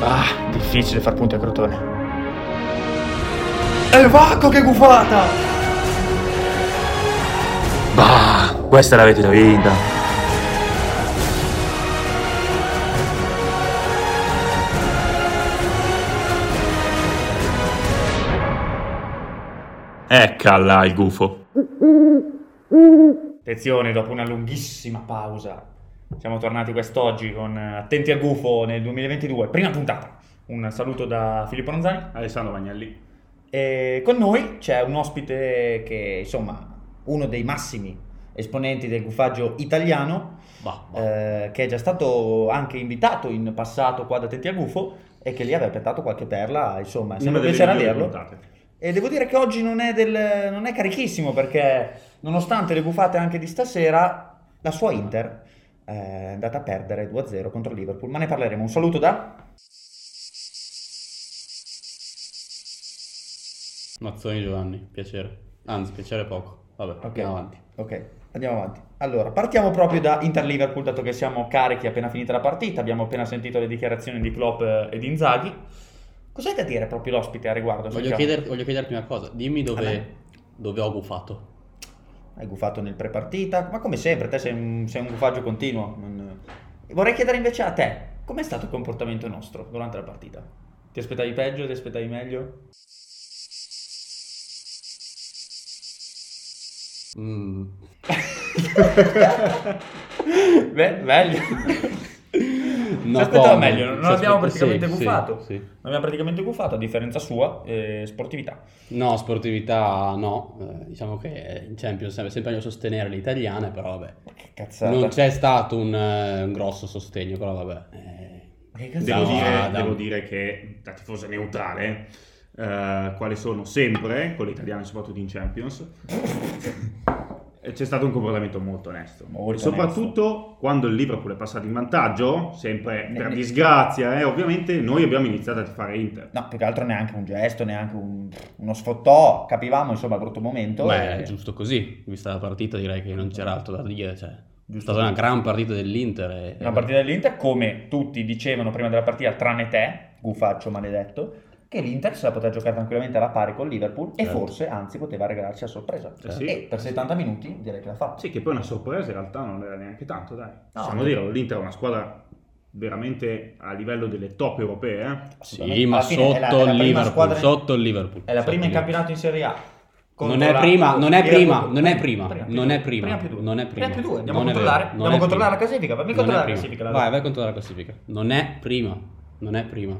Ah, difficile far punti a Crotone. E vacco che gufata! Bah, questa l'avete da vinta. Ecca Ecco là il gufo. Attenzione, dopo una lunghissima pausa, siamo tornati quest'oggi con eh, Attenti al gufo nel 2022, prima puntata. Un saluto da Filippo Ronzani. Alessandro Magnelli. E con noi c'è un ospite che, insomma, uno dei massimi esponenti del gufaggio italiano, Bah, eh, che è già stato anche invitato in passato qua da Tetti a Gufo e che lì aveva pettato qualche perla, insomma, è sempre un piacere averlo. E devo dire che oggi non è, del- non è carichissimo perché, nonostante le gufate anche di stasera, la sua Inter eh, è andata a perdere 2-0 contro il Liverpool, ma ne parleremo. Un saluto da... Mazzoni Giovanni, piacere. Anzi, piacere poco. Vabbè, andiamo avanti. Ok, andiamo avanti. Allora, partiamo proprio da Inter-Liverpool, dato che siamo carichi appena finita la partita, abbiamo appena sentito le dichiarazioni di Klopp eh, e di Inzaghi. Cos'hai da dire proprio l'ospite a riguardo? Voglio, Sergio? chieder- voglio chiederti una cosa. Dimmi Vabbè. dove, dove ho gufato. Hai gufato nel pre-partita, ma come sempre, te sei un, sei un gufaggio continuo. non- eh. Vorrei chiedere invece a te, com'è stato il comportamento nostro durante la partita? Ti aspettavi peggio, ti aspettavi meglio? Mm. Beh, meglio. No si aspettava comment. meglio, non Si abbiamo aspetta- praticamente sì, sì, gufato. sì. Non abbiamo praticamente gufato, a differenza sua, eh, sportività. No, sportività no. Eh, diciamo che in Champions è sempre meglio sostenere le italiane, però vabbè. Ma Che cazzata. Non c'è stato un, eh, un grosso sostegno, però vabbè. Eh, Ma Che Devo, cazzata. No, dire, Adam. devo dire che da tifosa neutrale, eh, quale sono sempre, con le italiane soprattutto in Champions, eh, c'è stato un comportamento molto onesto. Molto soprattutto quando il Liverpool è passato in vantaggio, sempre Ne- per ne- disgrazia, eh, ovviamente noi abbiamo iniziato a tifare Inter. No, più che altro neanche un gesto, neanche un- uno sfottò, capivamo insomma il brutto momento. Eh, beh, è e- giusto così. Vista la partita, direi che non c'era altro da dire. Cioè, è giusto. stata una gran partita dell'Inter. e- Una partita dell'Inter, come tutti dicevano prima della partita, tranne te, gufaccio maledetto, che l'Inter se la poteva giocare tranquillamente alla pari con Liverpool e Certo. forse, anzi, poteva regalarci la sorpresa. Eh sì. E per 70 minuti direi che l'ha fatto. Sì, che poi una sorpresa in realtà non era neanche tanto, dai. no. Possiamo dire, l'Inter è una squadra veramente a livello delle top europee, eh. Sì, ma Alla fine sotto è la- è la prima il Liverpool, squadra- sotto il Liverpool. È la Sotto prima il in Liverpool. campionato in Serie A. Non è prima, non è prima, non è prima, più non due. è prima, più due. non è prima. più due. Andiamo a Non è vero, controllare, non andiamo a è controllare la prima. classifica, fammi Non è controllare la prima. classifica. Vai, vai a controllare la classifica. Non è prima, non è prima.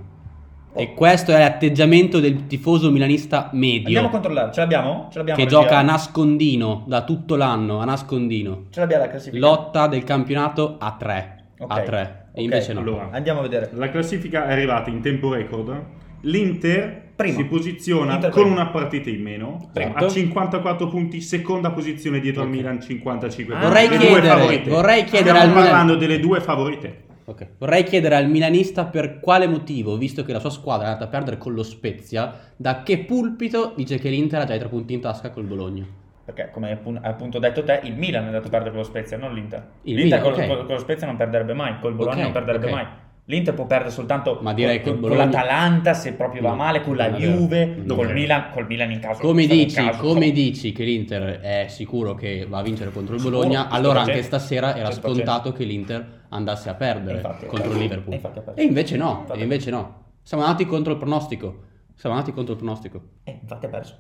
Oh. E questo è l'atteggiamento del tifoso milanista Andiamo a medio controllare, ce l'abbiamo? Ce l'abbiamo che regia? gioca a nascondino da tutto l'anno, a nascondino. Ce l'abbiamo la classifica. Lotta del campionato a 3, Ok. a 3. Ok, E invece no. allora. Andiamo a vedere. La classifica è arrivata in tempo record. L'Inter Primo. si posiziona Inter con primo. una partita in meno Primo. a 54 punti, seconda posizione dietro Ok. al Milan 55 Ah. punti. Vorrei Le due chiedere- favorite. vorrei chiedere Stiamo al Milan- parlando delle due favorite. Ok. Vorrei chiedere al milanista per quale motivo, visto che la sua squadra è andata a perdere con lo Spezia, da che pulpito dice che l'Inter ha già i tre punti in tasca col Bologna. Perché, come hai appun- hai appunto detto te, il Milan è andato a perdere con lo Spezia, non l'Inter. Il L'Inter Milan, con, ok. con- con lo Spezia non perderebbe mai, col Bologna Ok, non perderebbe ok. mai. L'Inter può perdere soltanto Ma direi con, col con Bologna- l'Atalanta se proprio va No, male, con la non è vero. Juve, Non col credo. Milan, col Milan in caso. Come sarà un dici, caso, come so. dici che l'Inter è sicuro che va a vincere contro il Sicuro, Bologna, allora 100%, anche stasera era 100%. scontato che l'Inter andasse a perdere Infatti, contro il infatti, Liverpool. infatti ha perso. e invece no, Infatti. e invece no. Siamo andati contro il pronostico. Siamo andati contro il pronostico. Eh, infatti ha perso.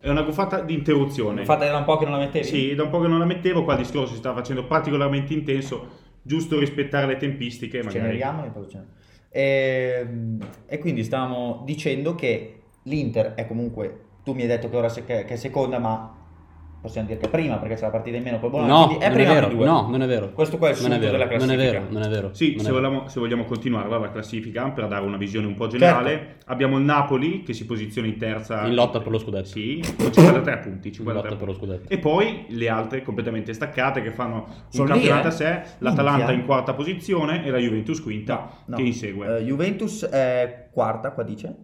È una guffata di interruzione. Infatti era un po' che non la mettevi. Sì, da un po' che non la mettevo, qua il discorso si stava facendo particolarmente intenso, giusto rispettare le tempistiche, Ce ne magari. andiamo e poi ce ne- Ehm, E, quindi stavamo dicendo che l'Inter è comunque. Tu mi hai detto che ora se- che, che è seconda, ma possiamo dire che è prima perché c'è la partita in meno col Bologna. No, non quindi è prima vero, di due. no, non è vero. Questo qua è il non è sunto vero, della non è classifica. vero, non è vero. Sì, non se è vero. vogliamo, se vogliamo continuarla la classifica per dare una visione un po' Certo. generale, abbiamo il Napoli che si posiziona in terza In lotta per lo scudetto. Sì, con 53 punti, Ci guarda 53 per punti. lo scudetto. E poi le altre completamente staccate che fanno un Sono lì, campionato eh. a sé, l'Atalanta Minchia. in quarta posizione e la Juventus quinta No. che insegue. Eh, Juventus è quarta, qua dice.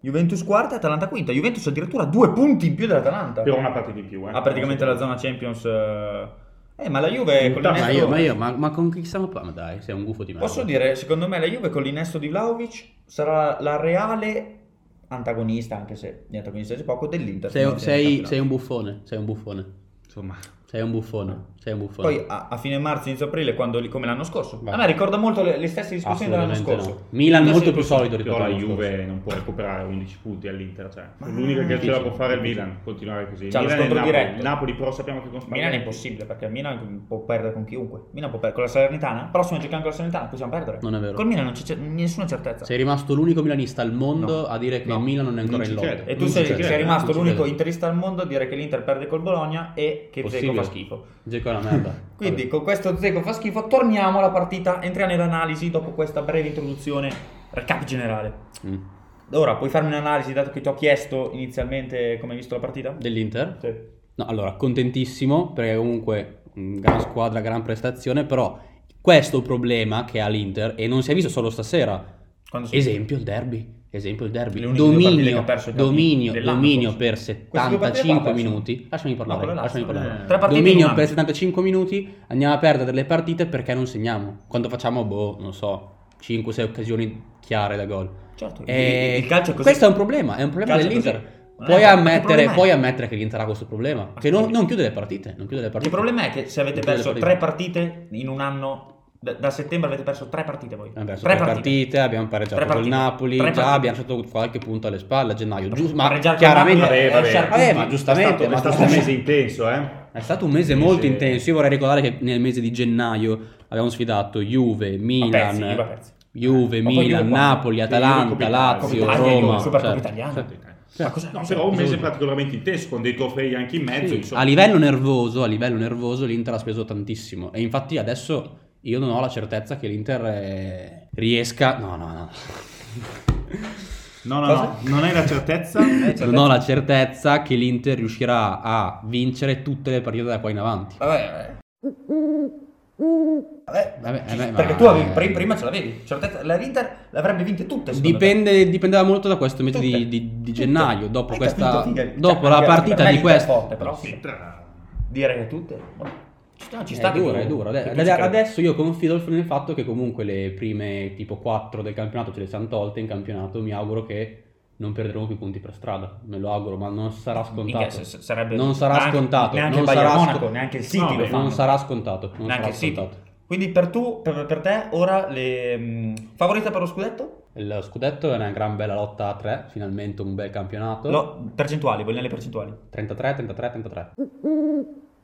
Juventus quarta, Atalanta quinta. Juventus addirittura due punti in più dell'Atalanta. per una partita in più, eh. Ha praticamente la zona Champions eh, Eh, ma la Juve con Ma l'innesto... io, ma io, ma, ma con chi stiamo parlando? Ma dai, sei un gufo di merda. Posso dire, secondo me la Juve con l'innesto di Vlaovic sarà la reale antagonista, anche se di antagonista di poco, dell'Inter. Sei, Quindi, sei- nel sei un buffone, sei un buffone, Insomma, sei un buffone, sei un buffone. Poi a, a fine marzo, inizio aprile, quando li- come l'anno scorso. Va. A me ricorda molto le, le stesse discussioni dell'anno Assolutamente scorso. no. Milan Adesso molto io più posso- solido però rispetto la all'anno scorso. Juve non può recuperare 11 punti all'Inter, cioè Ma- l'unica che ce la può difficile. fare è il Milan, continuare così. C'ha lo Milan e scontro Napoli. diretto. Napoli però sappiamo che con Spalletti Milan è impossibile perché il Milan può perdere con chiunque. Milan può perdere con la Salernitana. Prossimo giocando con la Salernitana possiamo perdere. Non è vero. Col Milan non c'è c'è nessuna certezza. Sei rimasto l'unico milanista al mondo No. a dire che No. il Milan non è ancora Non ci in lotta. credo. E tu Non ci sei, credo, sei eh, rimasto non ci l'unico credo. interista al mondo a dire che l'Inter perde col Bologna e che Zeco Possibile. fa schifo. Dzeko è una merda. Quindi Vabbè. con questo Zeco fa schifo torniamo alla partita, entriamo nell'analisi dopo questa breve introduzione, recap generale. Mm. Ora puoi farmi un'analisi dato che ti ho chiesto inizialmente come hai visto la partita? Dell'Inter? Sì. No, allora, contentissimo, perché comunque mh, gran squadra, gran prestazione, però questo problema che ha l'Inter, e non si è visto solo stasera, Quando sono- esempio il derby, esempio il derby, Le uniche due partite che dominio, ha perso il derby dominio, dell'anno dominio scorso. per Queste due partite qua 75 ha perso. minuti, lasciami No, parlare, quella lasciami l'Aston, parlare. eh. Tre partite in Dominio un per anno. 75 minuti, andiamo a perdere delle partite perché non segniamo, quando facciamo, boh, non so, 5-6 occasioni chiare da gol. Certo, Eh, il, il calcio è così. Questo è un problema, è un problema Il calcio è dell'Inter. così. Non è vero, Puoi che ammettere, problema è? puoi ammettere che l'Inter ha questo problema, che non, Assolutamente. non chiude le partite, non chiude le partite. Il problema è che se avete Non chiude le perso partite. tre partite in un anno, da, da settembre avete perso tre partite voi. Abbiamo perso tre partite, abbiamo pareggiato Tre col partite. Napoli, Tre già partite. abbiamo lasciato qualche punto alle spalle a gennaio, giusto, ma Pareggiare col chiaramente Napoli, Vabbè, vabbè. lasciar punti. Vabbè, ma è stato, giustamente, è ma stato un mese giustamente. intenso, eh. È stato un mese Un molto mese- intenso. Io vorrei ricordare che nel mese di gennaio abbiamo sfidato Juve, Ma persi, Milan, Juve ha perso. Juve, Eh, Ma poi Juve Milan, qua- Napoli, Atalanta, Coppa Lazio, Italia, Italia, Roma. Supercoppa cioè, italiana. Ma cos'è? No, però un mese Giusto. particolarmente intenso, con dei trofei anche in mezzo, Sì, insomma. a livello nervoso, a livello nervoso l'Inter ha speso tantissimo e infatti adesso io non ho la certezza che l'Inter eh, riesca No, no, no. No, no, no, non hai la certezza? certezza. Non ho la certezza che l'Inter riuscirà a vincere tutte le partite da qua in avanti. Vabbè, vabbè. Vabbè, Vabbè, vabbè, ma- perché tu avevi, pri- prima ce l'avevi. Certezza, la l'Inter l'avrebbe vinte tutte. secondo Dipende- dipendeva molto da questo mese Tutte. di, di- di Tutte. gennaio, dopo, Hai questa, capito, figa? Cioè, dopo la anche- per partita me di l'Inter è questo. forte, però. Sì, tra- me. Dire che tutte. boh, Ci sta, ci sta è che dura, tu- è dura. che tu Ad- ci credi. adesso io confido nel fatto che comunque le prime tipo 4 del campionato ce le siamo tolte in campionato. Mi auguro che non perderemo più punti per strada. Me lo auguro, ma non sarà Minchia, scontato. se- se- sarebbe- Non sarà neanche- scontato, Neanche non il Bayern sarà Monaco, sco- neanche il City No, lo beh, fanno. Non sarà scontato. Non Neanche sarà il City. scontato. Quindi per, tu, per, per te ora le mh, favorita per lo scudetto? Il scudetto è una gran bella lotta a 3. Finalmente un bel campionato. Lo- percentuali, vogliamo le percentuali. 33, 33, 33.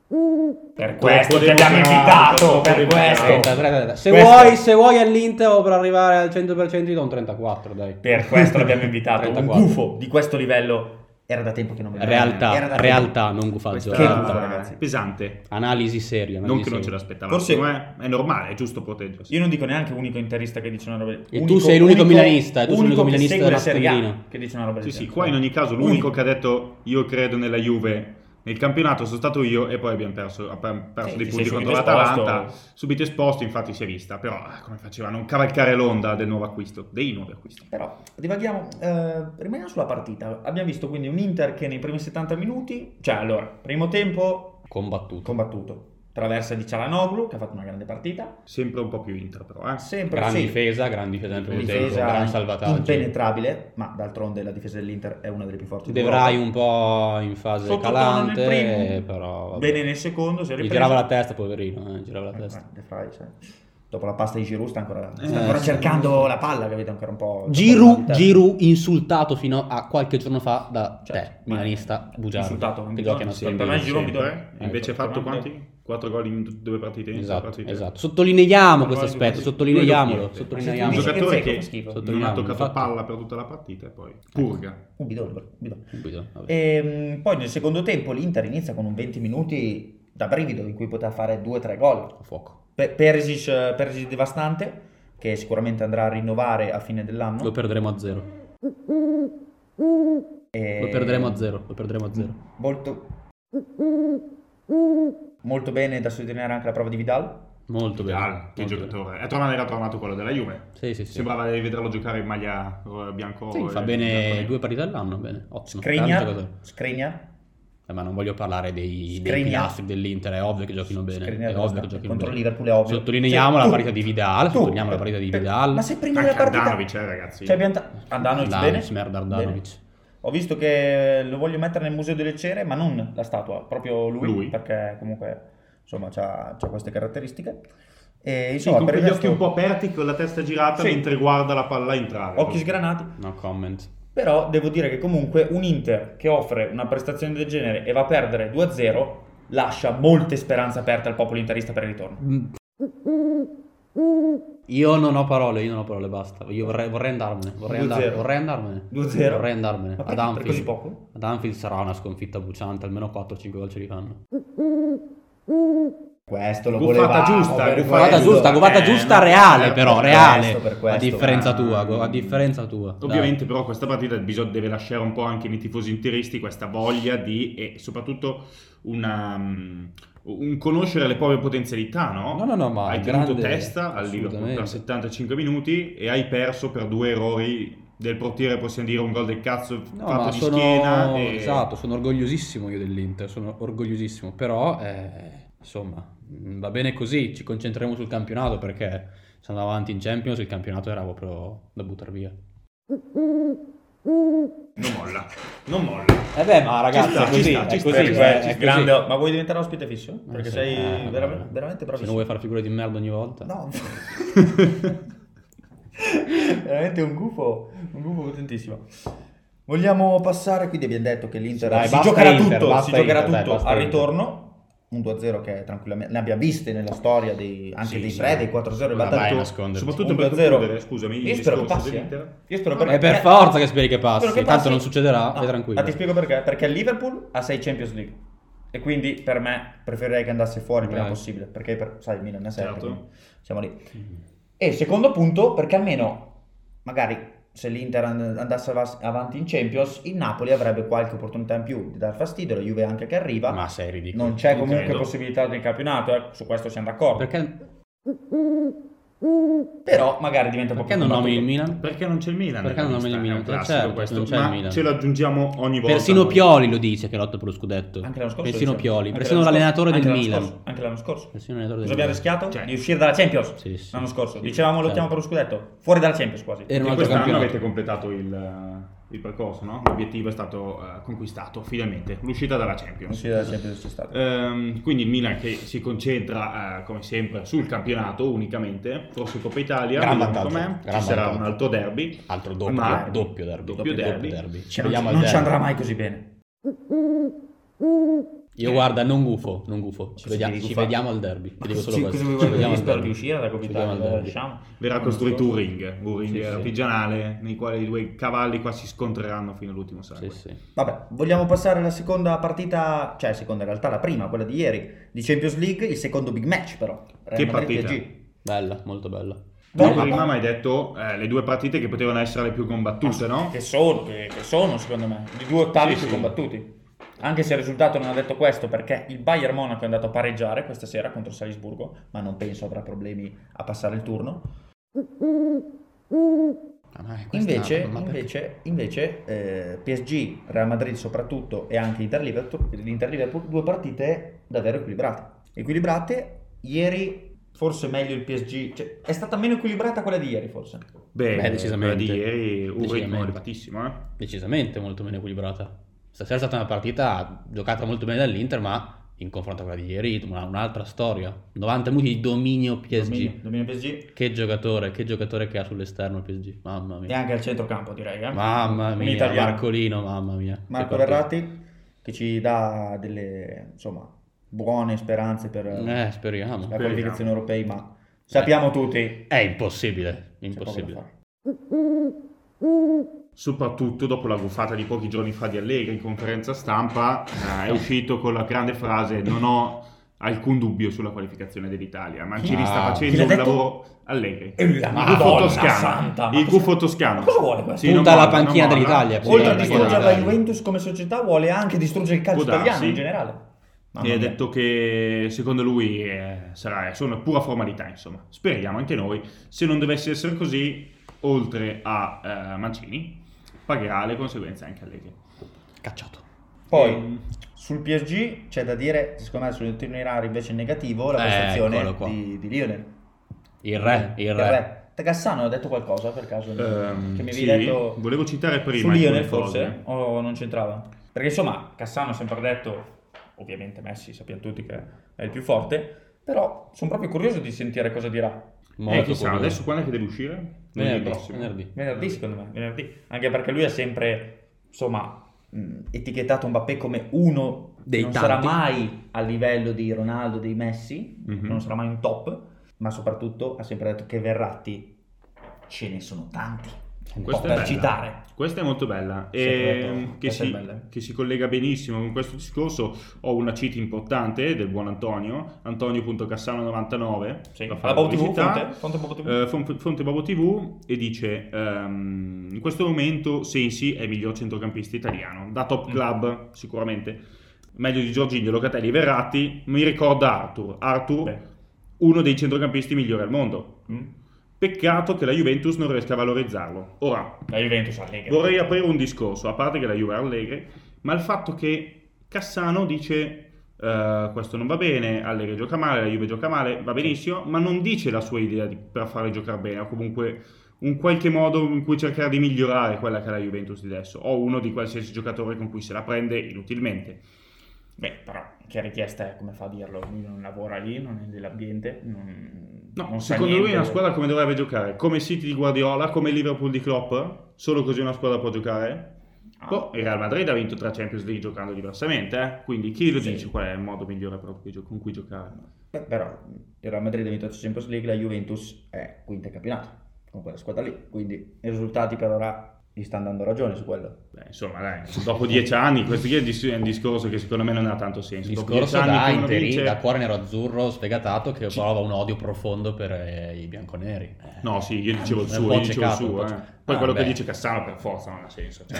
Per questo questo ti devo abbiamo fare, invitato, questo per devo fare. questo. 33, 33. Se, Questo- vuoi, se vuoi all'Inter o per arrivare al 100% ti do un 34, dai. Per questo l'abbiamo invitato. Un 34. gufo di questo livello era da tempo che non vedevamo. Era da Realtà, tempo. realtà, non gufaggio. Questa Che- realtà. ragazzi. pesante. Analisi seria. Non analisi che non ce seria. l'aspettavamo, Forse- ma è, è normale, è giusto proteggersi. Io non dico neanche unico interista che dice una roba. E tu sei l'unico milanista, e tu sei l'unico che milanista segue la della Serie A Stellina. Che dice una roba Sì, del sì, genere. qua in ogni caso l'unico Unico. che ha detto io credo nella Juve nel campionato sono stato io e poi abbiamo perso, abbiamo perso Sì, dei ti punti sei contro subito esposto. l'Atalanta, subito esposto, infatti si è vista, però ah, come faceva a non cavalcare l'onda del nuovo acquisto, dei nuovi acquisti. Però divaghiamo, eh, rimaniamo sulla partita. Abbiamo visto quindi un Inter che nei primi 70 minuti, cioè allora, primo tempo Combattuto. combattuto. Traversa di Cialanoglu che ha fatto una grande partita. Sempre un po' più Inter però, eh. Sempre Gran sì, difesa, gran difesa nel primo tempo, difesa eh, gran salvataggio. impenetrabile, ma d'altronde la difesa dell'Inter è una delle più forti. d'Europa. Devrai Eh, un po' in fase Sottotono nel calante, primo, però vabbè. bene nel secondo, si è Gli ripreso. girava la testa, poverino, eh, girava la testa. Eh, De Vrij, cioè, Dopo la pasta di Giroud sta ancora, sta Eh, ancora sì. cercando la palla, capito? Ancora un po'. Giroud, Giroud Giroud insultato fino a qualche giorno fa da te, Certo. milanista, bugiardo. Insultato, non che bisogna- gioca in sì, per Assemblea. me Giroud Sì. mi Sempre, do- invece ha ecco, fatto tornando- quanti? 4 gol in tu- due partite? in sei Esatto, partite. esatto. Sottolineiamo Quattro gol in due questo aspetto, partite. Due sottolineiamolo, Ma doppiette. Un se tu sottolineiamolo. dici giocatore Zecco che fa schifo. non ha Sottolineiamo, toccato infatti. Ecco. palla per tutta la partita e poi purga. Un bidone, un bidone. Subito, vabbè. Ehm, poi nel secondo tempo l'Inter inizia con un 20 minuti da brivido in cui poteva fare 2-3 gol. A fuoco. Pe- Perisic, eh, Perisic devastante, che sicuramente andrà a rinnovare a fine dell'anno. Lo perderemo a zero. E- Lo perderemo a zero, lo perderemo a zero. Ehm, Molto... molto bene da sottolineare anche la prova di Vidal. Molto bene. Dal, che molto giocatore. È tornato, era tornato quello della Juve. bene. Sì, sì, sì. Sembrava di vederlo giocare in maglia eh, bianco. Sì, fa e- bene bianco-nero. due partite all'anno, bene. Ottimo. grande Skriniar, giocatore. Eh, Skriniar ma non voglio parlare dei, dei Skriniar. pilastri dell'Inter, è ovvio che giochino bene. Skriniar è della ovvio che Stamp- giochino contro bene. Liverpool è ovvio. Sottolineiamo Cioè, la tu- partita di Vidal, tu- sottolineiamo la partita di per- Vidal. Ma se prendi Anche la partita Andanovic, eh, ragazzi. Cioè, abbiamo ta- Andanovic, Andanovic, bene. merda, Bene. Andanovic. Ho visto che lo voglio mettere nel museo delle cere, ma non la statua, proprio lui, Lui. perché comunque insomma ha queste caratteristiche. E Sì, insomma, con per il gli occhi resto, un po' aperti, con la testa girata Sì. mentre guarda la palla entrare. occhi sgranati. No comment. Però devo dire che comunque un Inter che offre una prestazione del genere e va a perdere 2-0 lascia molte speranze aperte al popolo interista per il ritorno. Io non ho parole, io non ho parole, basta. Io vorrei, vorrei andarmene, vorrei, andar- 2-0. vorrei andarmene. 2-0. Vorrei andarmene. Ma Ad perché per Anfield, così poco? ad Anfield sarà una sconfitta buciante, almeno 4-5 gol ce li fanno. Questo lo Buffata volevamo, giusta, per buffata Guardata questo. giusta, guardata eh, giusta no, reale per però, questo, reale. per questo, a differenza ma- tua, go- a differenza tua. dai. Ovviamente però questa partita bisog- deve lasciare un po' anche nei tifosi interisti questa voglia di e soprattutto una, um, un conoscere le proprie potenzialità, no? No, no, no, ma hai grande... tenuto testa al Liverpool per assolutamente. 75 minuti e hai perso per due errori del portiere, possiamo dire un gol del cazzo No, fatto ma di sono... schiena. e- Esatto, sono orgogliosissimo io dell'Inter, sono orgogliosissimo, però eh, insomma mh, va bene così, ci concentriamo sul campionato perché se andavo avanti in Champions il campionato era proprio da buttare via. Non molla, non molla. E beh, ma Eh ragazzi, Ci ragazzi, sta, è è così, cioè, ci così, sta, ci sta, è così, ci sta, Eh, grande- Ma vuoi diventare ospite Eh, fisso? Perché sei vera- veramente Se bravissimo. non vuoi fare figure di merda ogni volta. No. Veramente un gufo, un gufo potentissimo. Vogliamo passare, quindi abbiamo detto che l'Inter Dai, si basta giocherà Inter, tutto, si basta giocherà Inter, dai, tutto basta al Inter. ritorno. Un 2-0 che tranquillamente ne abbiamo viste nella storia dei, anche Sì, dei sì. 3, dei 4-0 Ah, e Vabbè, battuto. nasconderti. Soprattutto Un per 2-0. concludere, scusami, Io il spero che discorso passi. eh. dell'Inter. Io spero È per forza che speri che passi, Spero che tanto passi. non succederà, No, vai tranquillo. Ma ti spiego perché? Perché il Liverpool ha 6 Champions League. E quindi per me preferirei che andasse fuori il prima Dai. possibile. Perché per- sai, il Milan è 7. Certo. Siamo lì. Mhm. E secondo punto, perché almeno magari se l'Inter and- andasse av- avanti in Champions, il Napoli avrebbe qualche opportunità in più di dar fastidio, la Juve anche che arriva. Ma sei ridicolo. non c'è non comunque credo. possibilità di campionato, eh, su questo siamo d'accordo. Perché, Però magari diventa un po' perché più non nomini combattuto. il Milan? Perché non c'è il Milan? Perché non nella nomini il lista? Milan? È un Non c'è- classico questo, non c'è il ma Milan. ce lo aggiungiamo ogni volta. Persino noi. Pioli lo dice che lotta per lo scudetto. Anche l'anno scorso. Persino diciamo. Pioli, Anche persino l'anno scorso. l'allenatore del Anche l'anno Milan. scorso. Anche l'anno scorso. Persino l'allenatore Cosa del abbiamo Milan. rischiato? Cioè. Di uscire dalla Champions Sì, sì. l'anno scorso. Sì. Eh, Dicevamo lottiamo Certo. per lo scudetto. Fuori dalla Champions quasi. Era un E altro quest'anno campionato. avete completato il, eh, il percorso, no? L'obiettivo è stato eh, conquistato finalmente, l'uscita dalla Non Champions. si dalla Champions c'è stato. Ehm, quindi il Milan che si concentra eh, come sempre sul campionato unicamente, forse Coppa Italia, Gran vediamo vantaggio, com'è. gran ci sarà vantaggio. un altro derby. Altro doppio, Ma- doppio derby. doppio derby. Cioè, non, Vediamo al non ci derby. andrà mai così bene. Io guarda, non gufo, non gufo. Ci, Cosa vediamo- devi ci gufare? vediamo al derby. Ti dico solo Sì, cosa questo. Ci vuoi guardare? vediamo Io al spero derby. di uscire da Coppa Ci vediamo Italia. diciamo? al la derby. lasciamo. Verrà L'anno costruito scorso. un ring, un ring Ah, Sì, sì. artigianale nei quali i due cavalli qua si scontreranno fino all'ultimo sangue. eh. Sì, sì. Vabbè, vogliamo passare alla seconda partita, cioè seconda in realtà la prima, quella di ieri, di Champions League, il secondo big match però. Che partita? PSG. Bella, molto bella. Tu No, ma- prima mi hai detto eh, le due partite che potevano essere le più Ah, combattute, no? Che sono, che, che sono secondo me, di due ottavi Sì, più sì. combattuti. Anche se il risultato non ha detto questo, perché il Bayern Monaco è andato a pareggiare questa sera contro il Salisburgo, ma non penso avrà problemi a passare il turno. Ah, ma è questa- Invece, ma perché? invece, invece eh, PSG, Real Madrid soprattutto e anche Inter Liverpool, l'Inter Liverpool, due partite davvero equilibrate. Equilibrate, ieri forse meglio il PSG, cioè, è stata meno equilibrata quella di ieri forse. Beh, Beh, decisamente. quella di ieri un ritmo Decisamente. elevatissimo, eh. decisamente molto meno equilibrata. Stasera è stata una partita giocata molto bene dall'Inter, ma in confronto a quella di ieri, una- un'altra storia. 90 minuti di dominio PSG. Dominio, dominio PSG Che giocatore, che giocatore che ha sull'esterno il PSG. Mamma e mia. anche al centrocampo direi. Eh? Mamma Un mia, italiano. Marcolino, mamma mia. Marco Che partita. Verratti che ci dà delle insomma, buone speranze per Eh, speriamo. la qualificazione europea, ma sappiamo tutti. È impossibile, c'è poco da impossibile. fare. soprattutto dopo la buffata di pochi giorni fa di Allegri in conferenza stampa, eh, è uscito con la grande frase non ho alcun dubbio sulla qualificazione dell'Italia. Mancini Ah. sta Chi l'ha facendo un detto? lavoro Allegri. E lui, la Il gufo Madonna toscano. santa, ma il cosa- gufo toscano. ma cosa vuole questo? non Punta molla, alla panchina non molla. dell'Italia, punta Oltre a alla può panchina distruggere darsi. la dai. Juventus come società, vuole anche distruggere il calcio Può darsi. italiano in generale. Mamma E ha mia. detto che secondo lui eh, sarà è solo una pura formalità, insomma. Speriamo anche noi. Se non dovesse essere così, oltre a eh, Mancini, pagherà le conseguenze anche Allegri. Cacciato. Poi, Ehm, Sul PSG c'è da dire, secondo me, sull'itinerario invece negativo, la Eh, prestazione eccolo qua. di, di Lionel. Il re, il re. Tagassano ha detto qualcosa per caso? Ehm, che mi avevi sì, detto volevo citare prima su Lionel alcune cose. forse? O non c'entrava? Perché insomma, Cassano ha sempre detto, ovviamente Messi, sappiamo tutti che è il più forte, però sono proprio curioso di sentire cosa dirà. Eh, Molto chissà, curioso. adesso quando è che deve uscire? Lunedì venerdì, prossimo. venerdì. Venerdì secondo me, venerdì. Anche perché lui è sempre, insomma, mh, etichettato Mbappé come uno Dei che non sarà tanti. mai a livello di Ronaldo, dei Messi, Mhm. non sarà mai un top, ma soprattutto ha sempre detto che Verratti ce ne sono tanti. Un po' Questa è per bella. citare. Questa è molto bella Sì, e certo, mm, che, questa è si, bella. che si collega benissimo con questo discorso. Ho una cita importante del buon Antonio, antonio.cassano99, Sì. la La fa Bobo TV, pubblicità. Fonte, Fonte Bobo TV. Eh, Fon- Fonte Bobo TV e dice ehm, in questo momento Sensi è il miglior centrocampista italiano da top Mm. club sicuramente meglio di Giorginio, Locatelli e Verratti mi ricorda Arthur Arthur Beh. uno dei centrocampisti migliori al mondo Mm. peccato che la Juventus non riesca a valorizzarlo ora La Juventus Allegri. vorrei aprire un discorso a parte che la Juve è allegri ma il fatto che Cassano dice eh, questo non va bene, Allegri gioca male, la Juve gioca male, va benissimo, ma non dice la sua idea di- per fare giocare bene, o comunque un qualche modo in cui cercare di migliorare quella che è la Juventus di adesso, o uno di qualsiasi giocatore con cui se la prende inutilmente. Beh, però, che richiesta è? Come fa a dirlo? Lui non lavora lì, non è dell'ambiente. Non, No, non sa secondo lui è niente. una squadra come dovrebbe giocare, come City di Guardiola, come Liverpool di Klopp, solo così una squadra può giocare? Ah, Boh, il Real Madrid ha vinto tre Champions League giocando diversamente, eh? quindi chi lo Sì. dice qual è il modo migliore per cui gio- con cui giocare? beh, però, il Real Madrid ha vinto la Champions League, la Juventus è quinta in campionato con quella squadra lì. Quindi i risultati per ora gli stanno dando ragione su quello. Beh, insomma, dai, dopo dieci anni, questo qui è dis- è un discorso che secondo me non ha tanto senso. Dopo dieci Discorso anni da, che uno interi- vince- da cuore nero-azzurro sfegatato che Ci- prova un odio profondo per eh, i bianconeri. Eh. No, sì, io dicevo il È un suo, po' io dicevo il ceccato, un suo. po' eh. ceccato. Poi Ah, quello che beh. dice Cassano per forza non ha senso. cioè,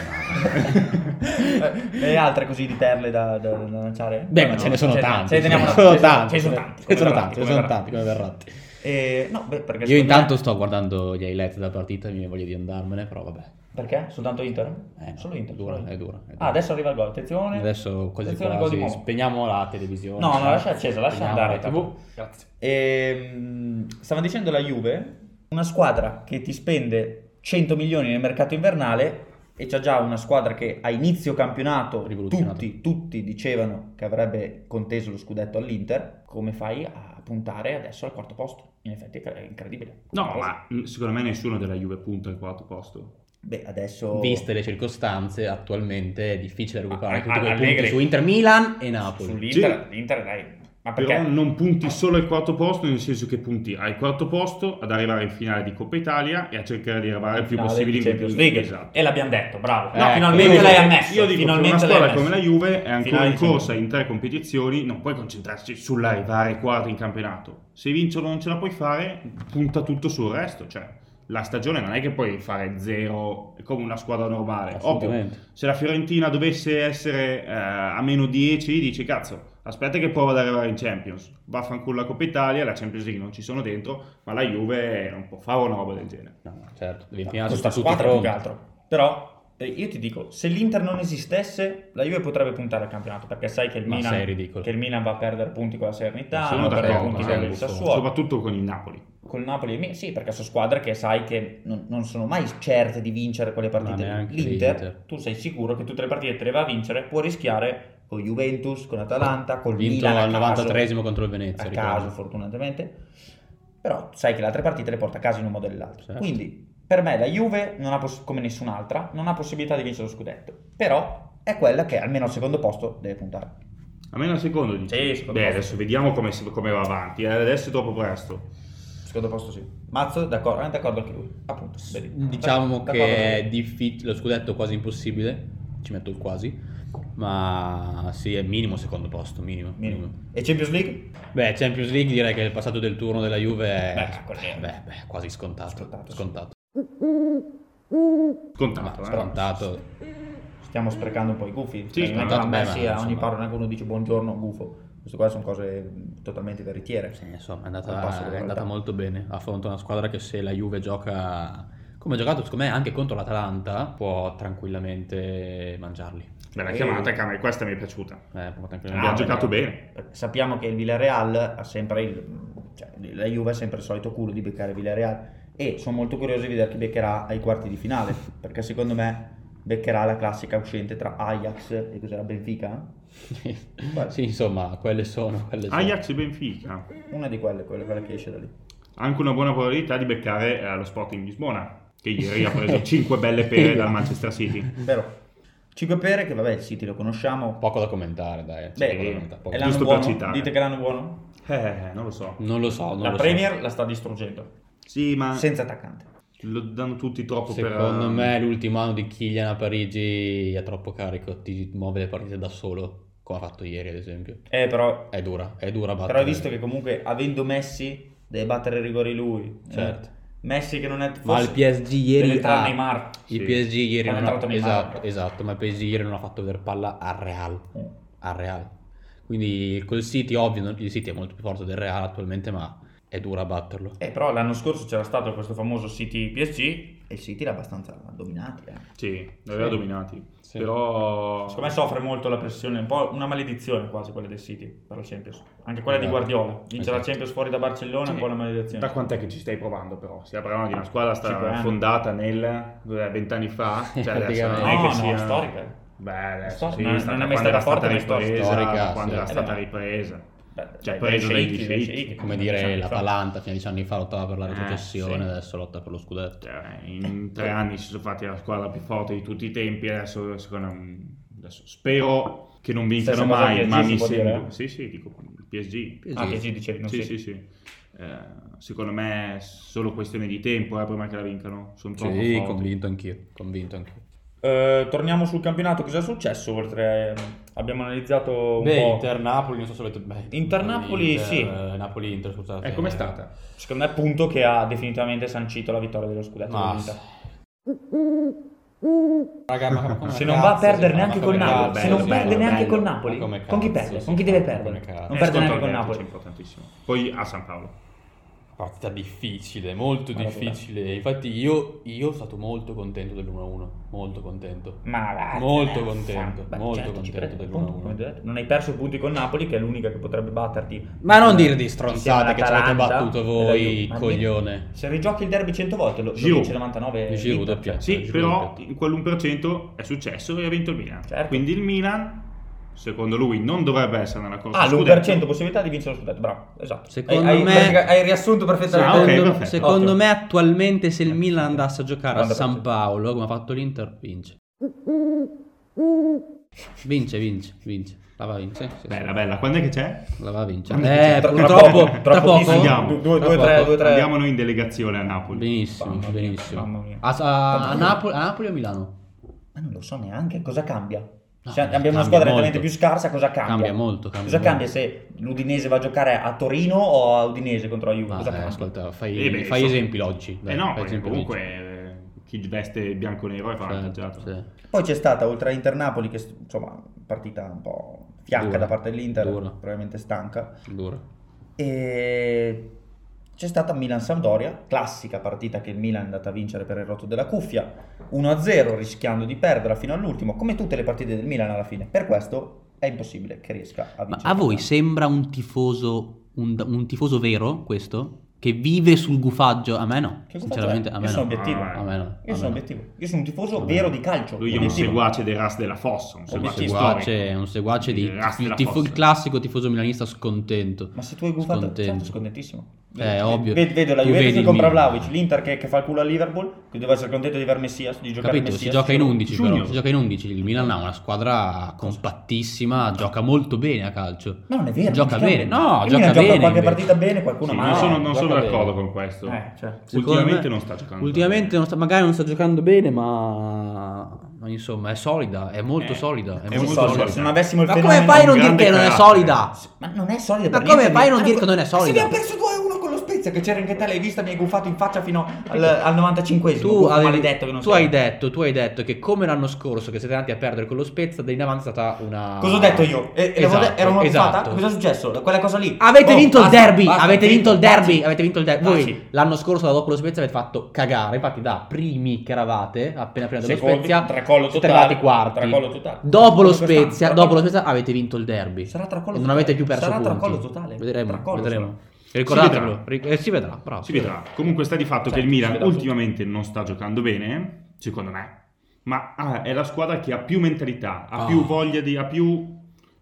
Eh, e altre così di perle da, da- da lanciare? Beh, ma No, ce ne sono ce- tanti. Ce ne teniamo sono una- tanti. Ce ne sono tanti. Ce ne sono come tanti, ce Verratti, ne sono come tanti, come Verratti. Verratti. Eh, no, beh, perché Io secondo me- intanto sto guardando gli highlights della partita e mi voglio di andarmene, però vabbè. Perché? Soltanto Inter? Eh, no, Solo Inter. è dura, solo Inter. è dura, è dura. Ah, adesso arriva il gol, attenzione. Adesso quasi Attenzione, gol di quasi Momo. spegniamo la televisione. cioè, No, no, lascia accesa, lascia Spegniamo andare. la TV. Grazie. Ehm, stavo dicendo la Juve, una squadra che ti spende 100 milioni nel mercato invernale e c'ha già una squadra che a inizio campionato Rivoluzionato. tutti, tutti dicevano che avrebbe conteso lo scudetto all'Inter, come fai a puntare adesso al quarto posto? In effetti è incredibile. Cioè, No, ma mh, secondo me nessuno della Juve punta al quarto posto. Beh, adesso... Viste le circostanze, attualmente è difficile recuperare Ah, tutti quei Allegri. punti su Inter Milan e Napoli. Sull'Inter, l'Inter dai. Ma perché? Però non punti solo al quarto posto, nel senso che punti al quarto posto ad arrivare in finale di Coppa Italia e a cercare di arrivare il più Finale possibile in di Champions Champions League. League. Esatto. E l'abbiamo detto, bravo. Ecco, no, finalmente io l'hai dico- ammesso. Eh, Io dico che finalmente una l'hai squadra ammesso. come la Juve è ancora Finale in di corsa Champions. in tre competizioni, non puoi concentrarsi sull'arrivare quarti in campionato. Se vincerlo non ce la puoi fare, punta tutto sul resto. Cioè, la stagione non è che puoi fare zero come una squadra normale. Ovvio, Assolutamente. se la Fiorentina dovesse essere eh, a meno 10, dici cazzo, aspetta che prova ad arrivare in Champions. Vaffanculo la Coppa Italia, la Champions League non ci sono dentro, ma la Juve non può fare una roba del genere. No, no, certo, devi Ma impegnarsi Ah, questa su tutti i squadra più fronti. che altro. Però eh, io ti dico, se l'Inter non esistesse, la Juve potrebbe puntare al campionato perché sai che il, Ma sei Milan, ridicolo. che il Milan va a perdere punti con la Salernitana, Sono va a perdere d'accordo, punti ma con sei il buffone. Sassuolo, Soprattutto con il Napoli. con il Napoli e il Milan. Sì, perché sono squadre che sai che non, non sono mai certe di vincere quelle partite. Ma neanche L'Inter, l'Inter. tu sei sicuro che tutte le partite te le va a vincere, può rischiare con Juventus, con Atalanta, col Vinto Milan a al caso. 93 contro il Venezia, a ricordo. caso fortunatamente però sai che le altre partite le porta a casa in un modo o nell'altro Certo. quindi per me la Juve non ha poss- come nessun'altra non ha possibilità di vincere lo scudetto però è quella che almeno al secondo posto deve puntare A meno al secondo dici? Sì, secondo Beh, posto. adesso vediamo come, si- come va avanti. eh, Adesso è troppo presto. secondo posto sì Mazzo d'accordo è d'accordo anche lui appunto vedi. Diciamo D'accordo che è anche difficile, lo scudetto è quasi impossibile, ci metto il quasi, ma sì, è minimo secondo posto, minimo. lui. Minimo. minimo. e Champions League Beh, Champions League direi che il passaggio del turno della Juve è Beh, quello è- beh, beh, quasi scontato. Scontato, Scontato. sì. Contato, Ma eh. scontato. stiamo sprecando un po' i gufi Sì, Cioè, non è che scontato, a beh, me ma sia ogni insomma. parola che uno dice buongiorno gufo queste qua sono cose mh, totalmente veritiere Sì, insomma, è Al passo andata, della è andata realtà. molto bene. Affronta una squadra che se la Juve gioca come ha giocato secondo me anche contro l'Atalanta, può tranquillamente mangiarli. Bella chiamata, Camera, questa mi è piaciuta. Eh, può Ha tranquillamente. Eh. Ah, giocato beh, bene. Sappiamo che il Villarreal ha sempre il, cioè, la Juve ha sempre il solito culo di beccare il Villarreal e sono molto curioso di vedere chi beccherà ai quarti di finale, perché secondo me beccherà la classica uscente tra Ajax e cos'era Benfica? sì, insomma, quelle sono. Quelle sono. Ajax e Benfica. Una di quelle, quella, quella che esce da lì. Anche una buona probabilità di beccare eh, lo Sporting Lisbona, che ieri ha preso 5 belle pere dal Manchester City. Però 5 pere che vabbè, il City lo conosciamo. Poco da commentare, dai. Beh, eh, poco da commentare, poco è da- l'anno Giusto per buono? citare. Dite che l'anno buono? Eh, non lo so. Non lo so. Ah. Non La lo Premier la sta distruggendo, Sì, ma senza attaccante. lo danno tutti troppo so. per... ehm, Secondo eh. me l'ultimo anno di Kylian a Parigi è troppo carico. Ti muove le partite da solo, come ha fatto ieri, ad esempio. Eh, però È dura, è dura battere. Però hai visto che comunque avendo Messi deve battere i rigori lui. Certo. Eh, Messi che non è Ma il PSG ieri deve entrare ha- Neymar. Il Sì. PSG ieri Ha non entrato ha... Neymar. Esatto, esatto, ma il PSG ieri non ha fatto vedere palla al Real. Eh, Al Real. Quindi col City, ovvio, non- il City è molto più forte del Real attualmente, ma è dura batterlo. Eh, però l'anno scorso c'era stato questo famoso City PSG e il City l'ha abbastanza dominato. Eh. Sì, li aveva Sì. dominati. Sì. Però... Secondo me soffre molto la pressione, un po' una maledizione quasi quella del City per la Champions. Anche quella di Esatto. Guardiola, vincere la Esatto. Champions fuori da Barcellona è un Sì. po' una maledizione. Da quant'è che ci stai provando però? Si parlando di una squadra Cinque sta anni. fondata nel dov'è, vent'anni fa, cioè adesso non è No, che no, sia storica. Beh, adesso Stor- sì, non- sta- non è mai quando era stata forte, ma stata è stor- ripresa, storica, quando sì. era Eh, stata beh. ripresa. Beh, Cioè, dai, preso dai dai sceicchi, sceicchi. dai sceicchi. Come Dieci dire, anni fa. l'Atalanta fino a 10 anni fa lottava per la Eh, retrocessione, sì. adesso lotta per lo scudetto. Cioè, in tre anni si sono fatti la squadra più forte di tutti i tempi, adesso, secondo me, adesso spero che non vincano Stessa cosa mai, al PSG ma si mi può dire, sembra... eh? Sì, sì, dico PSG. Ah, PSG dicevi, non Sì, City. sì, sì. Eh, secondo me è solo questione di tempo eh, prima che la vincano. Sono troppo Sì, forti. convinto anch'io, convinto anch'io. Eh, torniamo sul campionato, cosa è successo? Oltre ehm, abbiamo analizzato un po'. Beh, Inter-Napoli, non so se avete... beh, Inter-Napoli, Inter, sì. eh, Napoli-Inter, scusate. E com'è stata? Secondo me, punto che ha definitivamente sancito la vittoria dello scudetto. Ma... dell'Inter. Raga, ma, ma come Se non cazzo va a perdere si fa? neanche Ma col come Napoli, cazzo se bello, non si perde fa? bello, neanche bello. col Ma Napoli, come con chi cazzo perde? si Con chi fa? deve Ma come perdere? cazzo? Non perde Eh, neanche col scontro Napoli. diretto, importantissimo. Poi a San Paolo. Partita difficile, molto Maradona. difficile. Infatti io, io sono stato molto contento dell'1-1, molto contento. Ma va, Molto eh, contento, fa- beh, molto certo, ci credo, contento dell'uno appunto, uno. come ho detto. Non hai perso punti con Napoli, che è l'unica che potrebbe batterti. Ma non dire di Insieme stronzate che ci all'Atalanta avete battuto e la Juve. voi, Ma coglione. Se rigiochi il derby 100 volte, lo, lo Giroud. vince 99. Giroud, l'Inter, doppia. cioè. Sì, Eh, giuro, però ripeto. in quell'1% è successo e ha vinto il Milan. Certo. Quindi il Milan, secondo lui, non dovrebbe essere nella corsa Ah, scudetto. l'1% possibilità di vincere lo scudetto, bravo, esatto. Secondo hai, hai- me- pratica- hai riassunto perfettamente. Eh, Ah, ok, Cioè, Eh, secondo perfetto. secondo Ottimo. me attualmente se il Milan andasse a giocare a Guarda, San perfetto. Paolo, come ha fatto l'Inter, vince. Vince, vince, vince. La va a vincere. sì, sì. Bella, bella. Quando è che c'è? La va a Quando vincere. è Eh, che- purtroppo, poco- tra poco. pochissimo. Andiamo. Due, due, Tra due, tre, poco. due, tre. Andiamo noi in delegazione a Napoli. Benissimo, Mamma mia, mamma benissimo. mia. A, a- Tanto- a Napoli, a Napoli o a Milano? Ma non lo so neanche cosa cambia. No, Se abbiamo cambia una squadra molto. nettamente più scarsa, cosa cambia? Cambia molto, cambia cosa molto. cambia se l'Udinese va a giocare a Torino o a Udinese contro la Juve? Ma Cosa eh, cambia? ascolta, fai, Eh beh, fai so- esempi oggi. eh no, fai perché esempi comunque logici. eh, chi veste bianco-nero è Certo, avvantaggiato. sì. Poi c'è stata, oltre a Inter-Napoli, che insomma, partita un po' fiacca Dura. da parte dell'Inter, Dura. probabilmente stanca. Duro. E c'è stata Milan-Sampdoria, classica partita che il Milan è andata a vincere per il rotto della cuffia, 1-0 rischiando di perderla fino all'ultimo, come tutte le partite del Milan alla fine. Per questo è impossibile che riesca a Ma vincere. a voi sì sembra un tifoso, un, un tifoso vero questo? Che vive sul gufaggio? A me no, Che gufaggio sinceramente è? a Io me sono no. obiettivo. A me no. a me Io sono no. obiettivo. Io sono un tifoso Vabbè. vero di calcio. Lui è un obiettivo. seguace dei Ras della Fossa, un seguace, Obiettivo. Seguace, storico. un seguace di Il Ras il, della tifo- Fossa. il classico tifoso milanista scontento. Ma se tu hai gufato, Scontento. certo, scontentissimo. Eh, ovvio. Ved- Vedo la Tu Juventus vedi che il compra Milan. Vlaovic, l'Inter che, che fa il culo al Liverpool, che deve essere contento di aver Messias, di giocare Capito? Messias. Si gioca in 11 però, Junior. si gioca in 11. Il Milan ha una squadra compattissima, gioca molto bene a calcio. No, non è vero. Gioca non si bene. chiama. No, Il gioca Milan bene, qualche invece. partita bene, qualcuno Sì, male. non no, sono, non gioca sono bene. d'accordo con questo. Eh, cioè. Secondo Ultimamente me- non sta giocando. Ultimamente non sta- magari non sta giocando bene, ma, ma insomma è solida, è molto Eh, solida. È, è Non so, molto molto solida. solida. Se non avessimo il Ma fenomeno... come fai a non un dire grande che non è carattere. solida? Ma non è solida Ma per come niente, fai a non Milan. dire che non è Se solida? abbiamo perso 2-1 con lo Spezia notizia che Cerenchetta l'hai vista mi hai gufato in faccia fino al, al 95esimo. Tu, avevi- maledetto che non tu sei. hai detto, tu hai detto che come l'anno scorso che siete andati a perdere con lo Spezia, da in avanti è stata una... Esatto, Cosa ho detto io? E- e l'avevo de- era una bufata? Cosa è successo? Quella cosa lì? Avete Oh, vinto il basta, derby! basta, Ah, avete vinto il taci. derby! Avete vinto il derby! Voi Taci. l'anno scorso, dopo lo Spezia, avete fatto cagare. Infatti, da primi che eravate, appena prima dello Secondi, Spezia, tracollo siete totale, arrivati quarti. tracollo totale. Dopo lo Tracollo totale. Spezia, dopo lo Spezia, avete vinto il derby. Sarà tracollo non totale. avete più perso Sarà punti. tracollo totale. Vedremo, Tracollo vedremo. Si Ricordatelo. vedrà. Ric- eh, si vedrà, bravo. Si vedrà. Comunque sta di fatto Cioè, che Certo, il Milan si vedrà ultimamente non sta giocando bene, secondo me, ma ha- è la squadra che ha più mentalità, ha Oh. più voglia di... ha più...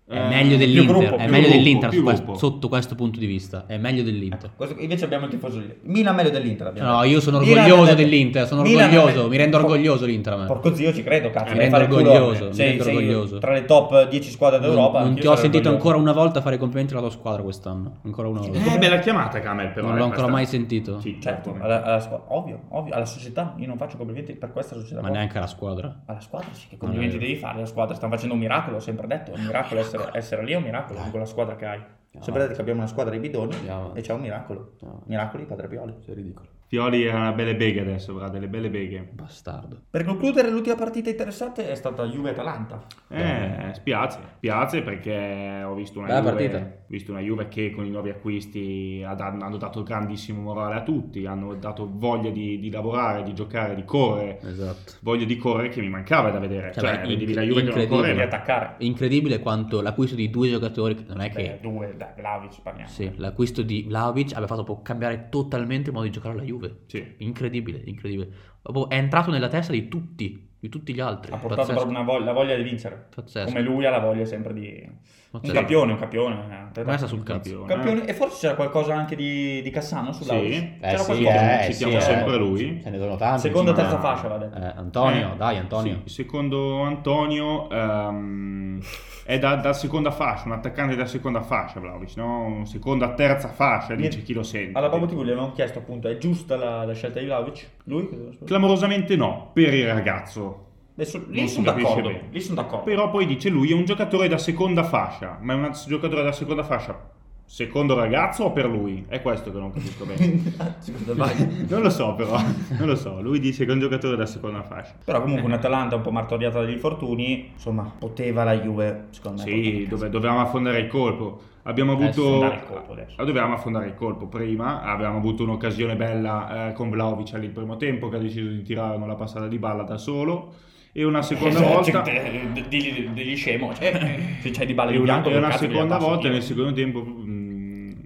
È eh, più meglio dell'Inter, gruppo, è più meglio gruppo, dell'Inter più su questo- gruppo. sotto questo punto di vista. È meglio dell'Inter. Questo- invece abbiamo il tifoso lì. Milan meglio dell'Inter. Eh. abbiamo No, detto. io sono Milan orgoglioso meglio- dell'Inter, sono Milan orgoglioso, me- mi rendo por- orgoglioso l'Inter a me. Porco zio, ci credo, cazzo. Mi dai, rendo fai il culo. orgoglioso, mi Sei, rendo sei orgoglioso. tra le top 10 squadre Non, d'Europa. non anch'io ti ho sarei sentito ancora orgoglioso. una volta fare complimenti alla tua squadra quest'anno. Ancora una volta. Eh, bella chiamata Camel però. Non eh, l'ho ancora questa. mai sentito. Sì, Certo, certo. alla, alla squadra, ovvio, ovvio, alla società. Io non faccio complimenti per questa società. Ma qua. neanche alla squadra. Alla squadra, sì, che complimenti Non è vero. Ah, devi fare alla squadra? Stanno facendo un miracolo, ho sempre detto. È un miracolo essere, essere lì, è un miracolo con la squadra che hai. Sempre detto che abbiamo una squadra di bidoni Andiamo. e c'è un miracolo. No. Miracoli, padre Pioli. Cioè, Sei ridicolo. Fiori ha una belle beghe adesso, avrà delle belle beghe. Bastardo. Per concludere, l'ultima partita interessante è stata Juve-Atalanta. Eh, spiace, spiace perché ho visto una, Bella Juve, partita. ho visto una Juve che con i nuovi acquisti ha da- hanno dato grandissimo morale a tutti, hanno dato voglia di, di lavorare, di giocare, di correre, Esatto. voglia di correre che mi mancava da vedere. Cioè, Cioè, beh, vedevi inc- la Juve che non incredibile. Devi correva. attaccare. Incredibile quanto l'acquisto di due giocatori, che non è Beh, che... due, dai, Vlaovic, parliamo. Sì, l'acquisto di Vlaovic aveva fatto proprio cambiare totalmente il modo di giocare alla Juve. Sì. Incredibile, incredibile. Proprio È entrato nella testa di tutti, di tutti gli altri. Ha portato Pazzesco, proprio una voglia, la voglia di vincere. Pazzesco. Come lui ha la voglia sempre di... Un pazzesco. campione, un campione. eh. Messa sul cazzo. Campione. Campione- E forse c'era qualcosa anche di, di Cassano Sì. sulla C'era sì, qualcosa. eh, sì, citiamo sempre eh. lui. Se ne sono tanti. Seconda e ma- terza fascia, va detto. Eh, Antonio, Eh, dai Antonio. sì, secondo Antonio ehm, è da, da seconda fascia, un attaccante da seconda fascia, Vlaovic, no? Seconda, terza fascia, dice chi lo sente. Alla Babbo TV gli avevamo chiesto appunto, è giusta la, la scelta di Vlaovic? Lui? cosa risponde? Clamorosamente no, per il ragazzo. Adesso, Non lì si sono capisce d'accordo, bene. lì sono d'accordo. Però poi dice lui è un giocatore da seconda fascia, ma è un giocatore da seconda fascia secondo ragazzo o per lui? È questo che non capisco bene. Secondo me. non lo so però, non lo so, lui dice che è un giocatore da seconda fascia. Però comunque un'Atalanta un po' martoriata dagli infortuni, insomma, poteva la Juve, secondo me. Sì, dove- dovevamo affondare il colpo. Abbiamo avuto. Eh, affondare il colpo adesso. Ah, Dovevamo affondare il colpo prima. Avevamo avuto un'occasione bella eh, con Vlaovic al primo tempo che ha deciso di tirare una passata di balla da solo. E una Eh, seconda volta. cioè, Degli, degli scemo, Eh, cioè, eh. se c'è di balle e di una, bianco... e che una cazzo gliela seconda passo volta io? nel secondo tempo. mm,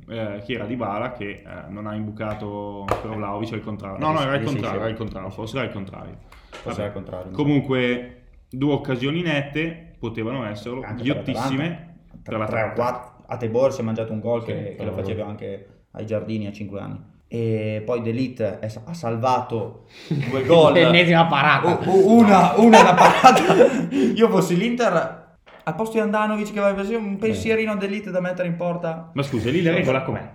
eh, chi era di Bala che eh, non ha imbucato per Vlaovic al contrario. No, no, era il Eh, Sì, sì, contrario, sì. era il contrario, forse era il contrario. Forse era il contrario. Comunque, due occasioni nette potevano esserlo, Anche per ghiottissime. l'Atalanta. Tre- per tre o l'Atalanta. quattro. A Tebor si è mangiato un gol Sì, che, che lo cavolo. faceva anche ai giardini a 5 anni. E poi Delete ha salvato due gol. Oh. L'ennesima parata. U- u- una, una da parata. Io fossi l'Inter. Al posto di Andanovic che aveva preso Eh. un pensierino Delete da mettere in porta. Ma scusa, lì la regola com'è?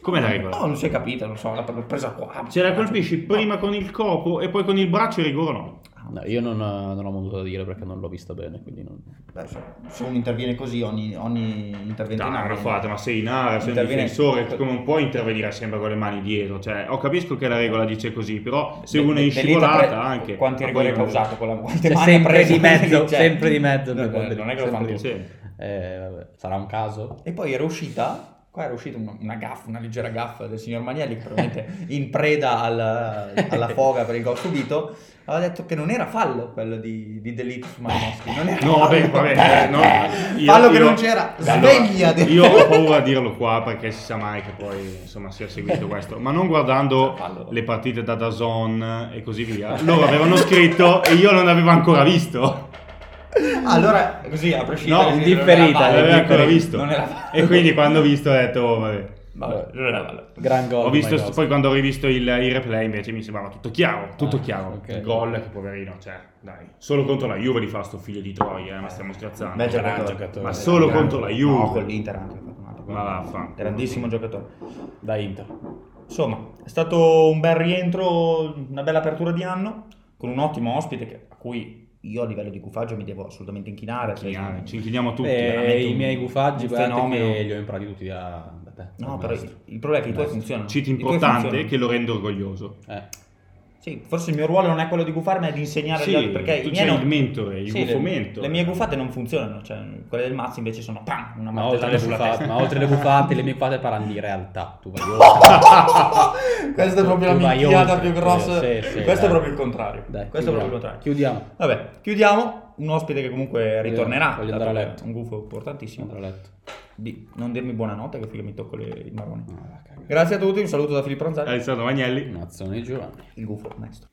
Com'è la regola? No, non si è capita, non so, l'ha l'ho presa qua. Eh. Se la colpisci prima con il corpo e poi con il braccio il rigore no. No, io non, eh, non ho molto da dire perché non l'ho vista bene, quindi non... Beh, se- se uno interviene così, ogni, ogni intervento in Dai, area- ma fate, ma sei in area, sei un Interviene- difensore, come non puoi intervenire sempre con le mani dietro. Cioè, ho capisco che la regola dice così, però se De- uno è in De- Delite ha scivolata pre- anche... Quanti ma rigori ha poi non- causato con la quante Cioè, mani ha sempre preso, di mezzo, cioè- sempre di mezzo. No, per non è che lo Sempre fanno di- tutti. Sì. Eh, vabbè, sarà un caso? E poi era uscita, qua era uscita un- una gaffa, una leggera gaffa del signor Magnelli, che probabilmente in preda al- alla foga per il gol subito, aveva detto che non era fallo quello di, di delitto su Malinowski, non era No, fallo. vabbè, vabbè, eh, no, io- fallo che io- non c'era, Allora, svegliati! Io ho paura a dirlo qua perché si sa mai che poi insomma sia seguito questo, ma non guardando Cioè, Fallo. le partite da Dazon e così via. Loro avevano scritto e io non avevo ancora visto. Allora, così, a prescindere... No, sì, non indifferita, era fallo, Non Eh, avevo quindi ancora per- visto. Non era fallo. E quindi quando ho visto ho detto, oh, vabbè. Vabbè, non era fallo. Gran gol. Ho di visto, Magnolski. poi quando ho rivisto il, il replay invece mi sembrava tutto chiaro, tutto Ah, chiaro. ok. Il gol, che poverino, cioè, dai. Solo contro la Juve li fa sto figlio di troia, eh, ma stiamo scherzando. Bel Ah, giocatore. giocatore. Ma solo Grande. contro la Juve. No, con l'Inter anche. ha fatto un altro gol. Ma vaffanculo. Grandissimo giocatore. Da Inter. Insomma, è stato un bel rientro, una bella apertura di anno, con un ottimo ospite che- a cui io a livello di gufaggio mi devo assolutamente inchinare. Ci inchiniamo- cioè, Ci inchiniamo tutti. Eh, veramente I un- miei gufaggi, un guardate fenomeno. che li ho imparati tutti da, da te. No, il però maestro. il, il problema è che i tuoi Basta. funzionano. Cito I tuoi importante funzionano. che lo rende orgoglioso. Eh. Sì, forse il mio ruolo non è quello di gufarmi, ma è di insegnare agli altri. Perché tu i miei c'hai non- il mentore, il Sì, le- gufo mentore. Le mie gufate non funzionano, cioè quelle del mazzo invece sono pam, una Ma oltre, le martellata sulla bufate, testa. ma oltre le bufate, le mie bufate parlano di realtà. Tu vai Questa è proprio Tu la vai minchiata oltre, più grossa. sì, sì, Questo dai. è proprio il contrario. Dai, Questo è proprio il chiudiamo. contrario. Chiudiamo. Vabbè, chiudiamo. Un ospite che comunque ritornerà. voglio dato andare a che è letto. Un gufo importantissimo. Andrò a letto. Di non dirmi buonanotte, che figa mi tocco le- i marroni. No, va, cagare. Grazie a tutti, un saluto da Filippo Ronzani, Alessandro Magnelli. Un azzone di Giovanni. il gufo maestro.